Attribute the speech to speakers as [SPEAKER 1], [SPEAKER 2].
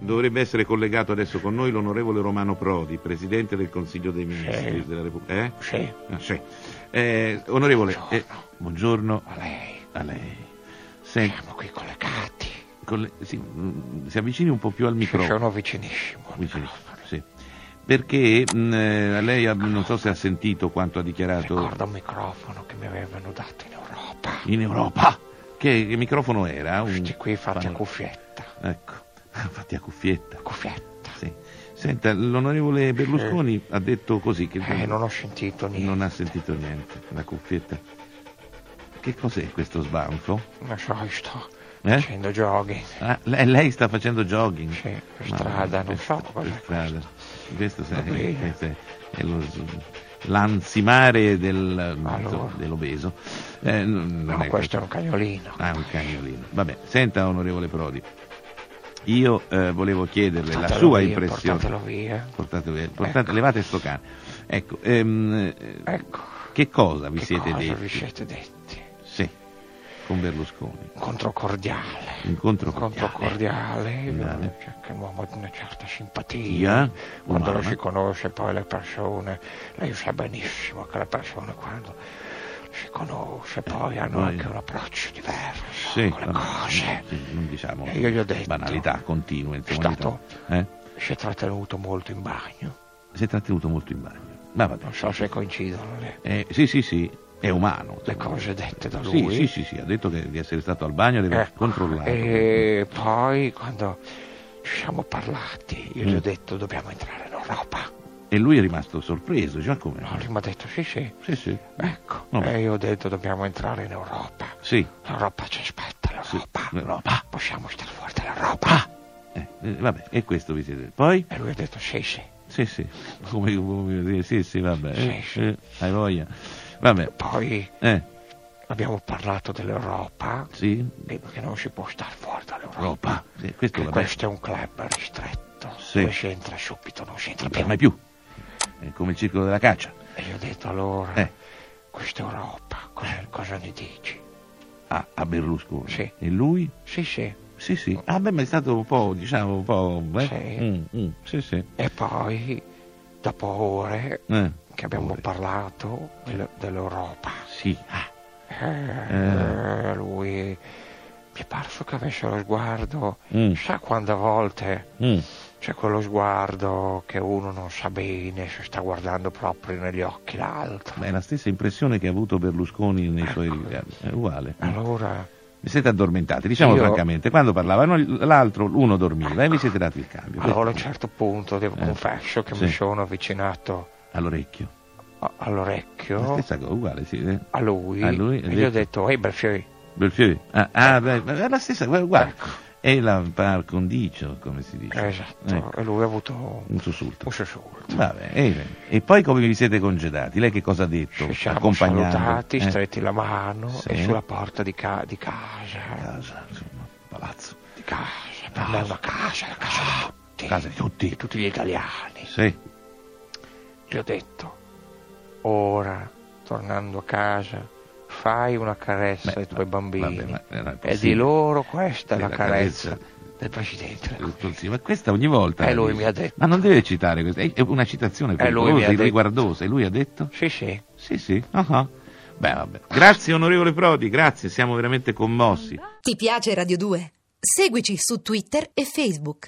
[SPEAKER 1] Dovrebbe essere collegato adesso con noi l'onorevole Romano Prodi, presidente del Consiglio dei Ministri
[SPEAKER 2] Sì.
[SPEAKER 1] della Repubblica. Eh?
[SPEAKER 2] Sì,
[SPEAKER 1] Ah, sì. Eh, onorevole,
[SPEAKER 2] Buongiorno.
[SPEAKER 1] eh, buongiorno
[SPEAKER 2] a lei.
[SPEAKER 1] a lei. Sen-
[SPEAKER 2] Siamo qui collegati.
[SPEAKER 1] con le- sì, mm, si avvicini un po' più al
[SPEAKER 2] Ci
[SPEAKER 1] microfono.
[SPEAKER 2] sono vicinissimo.
[SPEAKER 1] Vicini, sì. Perché mm, eh, lei ha- non so se ha sentito quanto ha dichiarato
[SPEAKER 2] Ricordo un microfono che mi avevano dato in Europa.
[SPEAKER 1] in Europa. Che, che microfono era? Un-
[SPEAKER 2] Questi qui fatti a
[SPEAKER 1] pano-
[SPEAKER 2] cuffietta.
[SPEAKER 1] Ecco, fatti a cuffietta.
[SPEAKER 2] Cuffietta.
[SPEAKER 1] Sì. Senta, l'onorevole Berlusconi ha detto così che
[SPEAKER 2] Eh, non ho sentito niente.
[SPEAKER 1] non ha sentito niente, la cuffietta. Che cos'è questo sbanfo?
[SPEAKER 2] Non so, io sto
[SPEAKER 1] Eh?
[SPEAKER 2] facendo jogging.
[SPEAKER 1] Ah, lei, lei sta facendo jogging?
[SPEAKER 2] Sì, per
[SPEAKER 1] Ma-
[SPEAKER 2] strada, non
[SPEAKER 1] per-
[SPEAKER 2] so
[SPEAKER 1] per
[SPEAKER 2] cos'è
[SPEAKER 1] strada. Questo sa-
[SPEAKER 2] Va bene.
[SPEAKER 1] questo è, è lo s- l'ansimare del,
[SPEAKER 2] Allora.
[SPEAKER 1] dell'obeso. Eh, non- non
[SPEAKER 2] No,
[SPEAKER 1] è
[SPEAKER 2] questo è un cagnolino.
[SPEAKER 1] Ah, un cagnolino. Vabbè, senta onorevole Prodi, io eh, volevo chiederle la
[SPEAKER 2] Portatelo
[SPEAKER 1] sua
[SPEAKER 2] via,
[SPEAKER 1] impressione.
[SPEAKER 2] Portatelo via.
[SPEAKER 1] Portatelo via, portate-
[SPEAKER 2] Ecco.
[SPEAKER 1] levate sto cane. Ecco, ehm, eh,
[SPEAKER 2] Ecco.
[SPEAKER 1] che cosa vi
[SPEAKER 2] che
[SPEAKER 1] siete
[SPEAKER 2] cosa
[SPEAKER 1] detti?
[SPEAKER 2] vi siete detti?
[SPEAKER 1] Sì, con Berlusconi.
[SPEAKER 2] Incontro cordiale.
[SPEAKER 1] Incontro
[SPEAKER 2] Incontro cordiale, cioè
[SPEAKER 1] Cordiale.
[SPEAKER 2] che è un uomo di una certa simpatia.
[SPEAKER 1] Tia,
[SPEAKER 2] Quando lo
[SPEAKER 1] umana.
[SPEAKER 2] si conosce poi le persone, lei sa benissimo che le persone quando si conosce poi hanno
[SPEAKER 1] Eh, poi-
[SPEAKER 2] anche un approccio diverso
[SPEAKER 1] Sì,
[SPEAKER 2] con le
[SPEAKER 1] vabbè,
[SPEAKER 2] cose.
[SPEAKER 1] sì, non diciamo
[SPEAKER 2] E io gli ho detto,
[SPEAKER 1] banalità continue. Insomma, ogni
[SPEAKER 2] Stato.
[SPEAKER 1] tanto. Eh?
[SPEAKER 2] Si è trattenuto molto in bagno.
[SPEAKER 1] Si è trattenuto molto in bagno. Ma vabbè.
[SPEAKER 2] Non so se coincidono le,
[SPEAKER 1] Eh, sì, sì, sì, è umano.
[SPEAKER 2] le
[SPEAKER 1] insomma.
[SPEAKER 2] cose dette da
[SPEAKER 1] Sì,
[SPEAKER 2] lui.
[SPEAKER 1] sì, sì, sì, ha detto che di essere stato al bagno deve
[SPEAKER 2] Ecco, eh.
[SPEAKER 1] controllare.
[SPEAKER 2] E poi quando ci siamo parlati, io gli
[SPEAKER 1] Mm.
[SPEAKER 2] ho detto dobbiamo entrare in Europa.
[SPEAKER 1] E lui è rimasto sorpreso, già come?
[SPEAKER 2] No, lui mi ha detto sì, sì.
[SPEAKER 1] Sì, sì.
[SPEAKER 2] Ecco,
[SPEAKER 1] No,
[SPEAKER 2] e io ho detto dobbiamo entrare in Europa.
[SPEAKER 1] Sì,
[SPEAKER 2] L'Europa ci aspetta, l'Europa.
[SPEAKER 1] Sì, l'Europa.
[SPEAKER 2] Possiamo stare fuori dall'Europa.
[SPEAKER 1] eh, eh, vabbè, e questo vi siete. Poi?
[SPEAKER 2] E lui ha detto sì, sì.
[SPEAKER 1] Sì, sì, come, come dire, sì, sì, vabbè. eh,
[SPEAKER 2] Sì, sì.
[SPEAKER 1] eh, hai voglia. Vabbè,
[SPEAKER 2] Poi
[SPEAKER 1] eh,
[SPEAKER 2] abbiamo parlato dell'Europa,
[SPEAKER 1] sì,
[SPEAKER 2] e che non si può stare fuori dall'Europa.
[SPEAKER 1] roba. Sì, questo
[SPEAKER 2] Che
[SPEAKER 1] vabbè,
[SPEAKER 2] questo è un club ristretto.
[SPEAKER 1] Sì.
[SPEAKER 2] Dove si entra subito, non si entra
[SPEAKER 1] non per
[SPEAKER 2] più.
[SPEAKER 1] mai più. È come il circolo della caccia.
[SPEAKER 2] E gli ho detto allora,
[SPEAKER 1] Eh.
[SPEAKER 2] questa Europa, cosa, cosa ne dici?
[SPEAKER 1] a, a Berlusconi.
[SPEAKER 2] Sì.
[SPEAKER 1] E lui?
[SPEAKER 2] Sì, sì.
[SPEAKER 1] Sì, sì. Ah, beh, ma è stato un po', diciamo, un po'. eh?
[SPEAKER 2] Sì.
[SPEAKER 1] Mm, mm, sì, sì.
[SPEAKER 2] E poi, dopo ore
[SPEAKER 1] Eh,
[SPEAKER 2] che abbiamo
[SPEAKER 1] ore.
[SPEAKER 2] parlato del- dell'Europa,
[SPEAKER 1] Sì. Ah,
[SPEAKER 2] Eh, lui mi è parso che avesse lo sguardo.
[SPEAKER 1] mm,
[SPEAKER 2] Sa quante volte
[SPEAKER 1] mm.
[SPEAKER 2] c'è quello sguardo che uno non sa bene se sta guardando proprio negli occhi l'altro.
[SPEAKER 1] Ma è la stessa impressione che ha avuto Berlusconi nei suoi
[SPEAKER 2] Ecco.
[SPEAKER 1] riguardi. È uguale.
[SPEAKER 2] Allora,
[SPEAKER 1] Vi siete addormentati, diciamo
[SPEAKER 2] Io-
[SPEAKER 1] francamente, quando parlavano l'altro, uno dormiva e vi siete dati il cambio.
[SPEAKER 2] allora a un
[SPEAKER 1] Questo-
[SPEAKER 2] certo punto devo
[SPEAKER 1] Eh,
[SPEAKER 2] confesso che
[SPEAKER 1] sì.
[SPEAKER 2] mi sono avvicinato
[SPEAKER 1] All'orecchio.
[SPEAKER 2] a-
[SPEAKER 1] La
[SPEAKER 2] all'orecchio
[SPEAKER 1] stessa cosa, uguale, sì. eh.
[SPEAKER 2] a lui,
[SPEAKER 1] A lui,
[SPEAKER 2] e gli ho detto, ehi Belfiori,
[SPEAKER 1] Belfiori. Ah, ah, beh, ma è la stessa, cosa, uguale.
[SPEAKER 2] Ecco.
[SPEAKER 1] È la par condicio, come si dice.
[SPEAKER 2] esatto,
[SPEAKER 1] Ecco,
[SPEAKER 2] e lui ha avuto un
[SPEAKER 1] un sussulto.
[SPEAKER 2] sussulto.
[SPEAKER 1] Vabbè, e, e poi come vi siete congedati? Lei che cosa ha detto?
[SPEAKER 2] Ci siamo
[SPEAKER 1] Accompagnando?
[SPEAKER 2] salutati,
[SPEAKER 1] eh?
[SPEAKER 2] stretti la mano
[SPEAKER 1] Sì.
[SPEAKER 2] e sulla porta di, ca- di casa
[SPEAKER 1] Casa, insomma, palazzo.
[SPEAKER 2] di casa, per me è una casa, la casa di tutti,
[SPEAKER 1] Casa di tutti.
[SPEAKER 2] di tutti gli italiani.
[SPEAKER 1] Sì,
[SPEAKER 2] Gli ho detto, ora, tornando a casa, fai una carezza
[SPEAKER 1] Beh,
[SPEAKER 2] ai tuoi
[SPEAKER 1] ma-
[SPEAKER 2] bambini.
[SPEAKER 1] vabbè, ma era
[SPEAKER 2] e
[SPEAKER 1] possibile.
[SPEAKER 2] di loro questa è
[SPEAKER 1] Sì,
[SPEAKER 2] la
[SPEAKER 1] la
[SPEAKER 2] carezza,
[SPEAKER 1] carezza.
[SPEAKER 2] del Presidente. della Comunità.
[SPEAKER 1] sì, ma questa ogni volta...
[SPEAKER 2] E
[SPEAKER 1] la
[SPEAKER 2] Eh, lui
[SPEAKER 1] dice.
[SPEAKER 2] mi ha detto.
[SPEAKER 1] Ma non deve citare questa, è è una citazione
[SPEAKER 2] E lui mi ha
[SPEAKER 1] pericolosa,
[SPEAKER 2] detto.
[SPEAKER 1] irriguardosa. E lui ha detto?
[SPEAKER 2] Sì, sì.
[SPEAKER 1] Sì, sì, ah, ah. Beh, vabbè. Grazie onorevole Prodi, grazie, siamo veramente commossi.
[SPEAKER 3] Ti piace Radio 2? Seguici su Twitter e Facebook.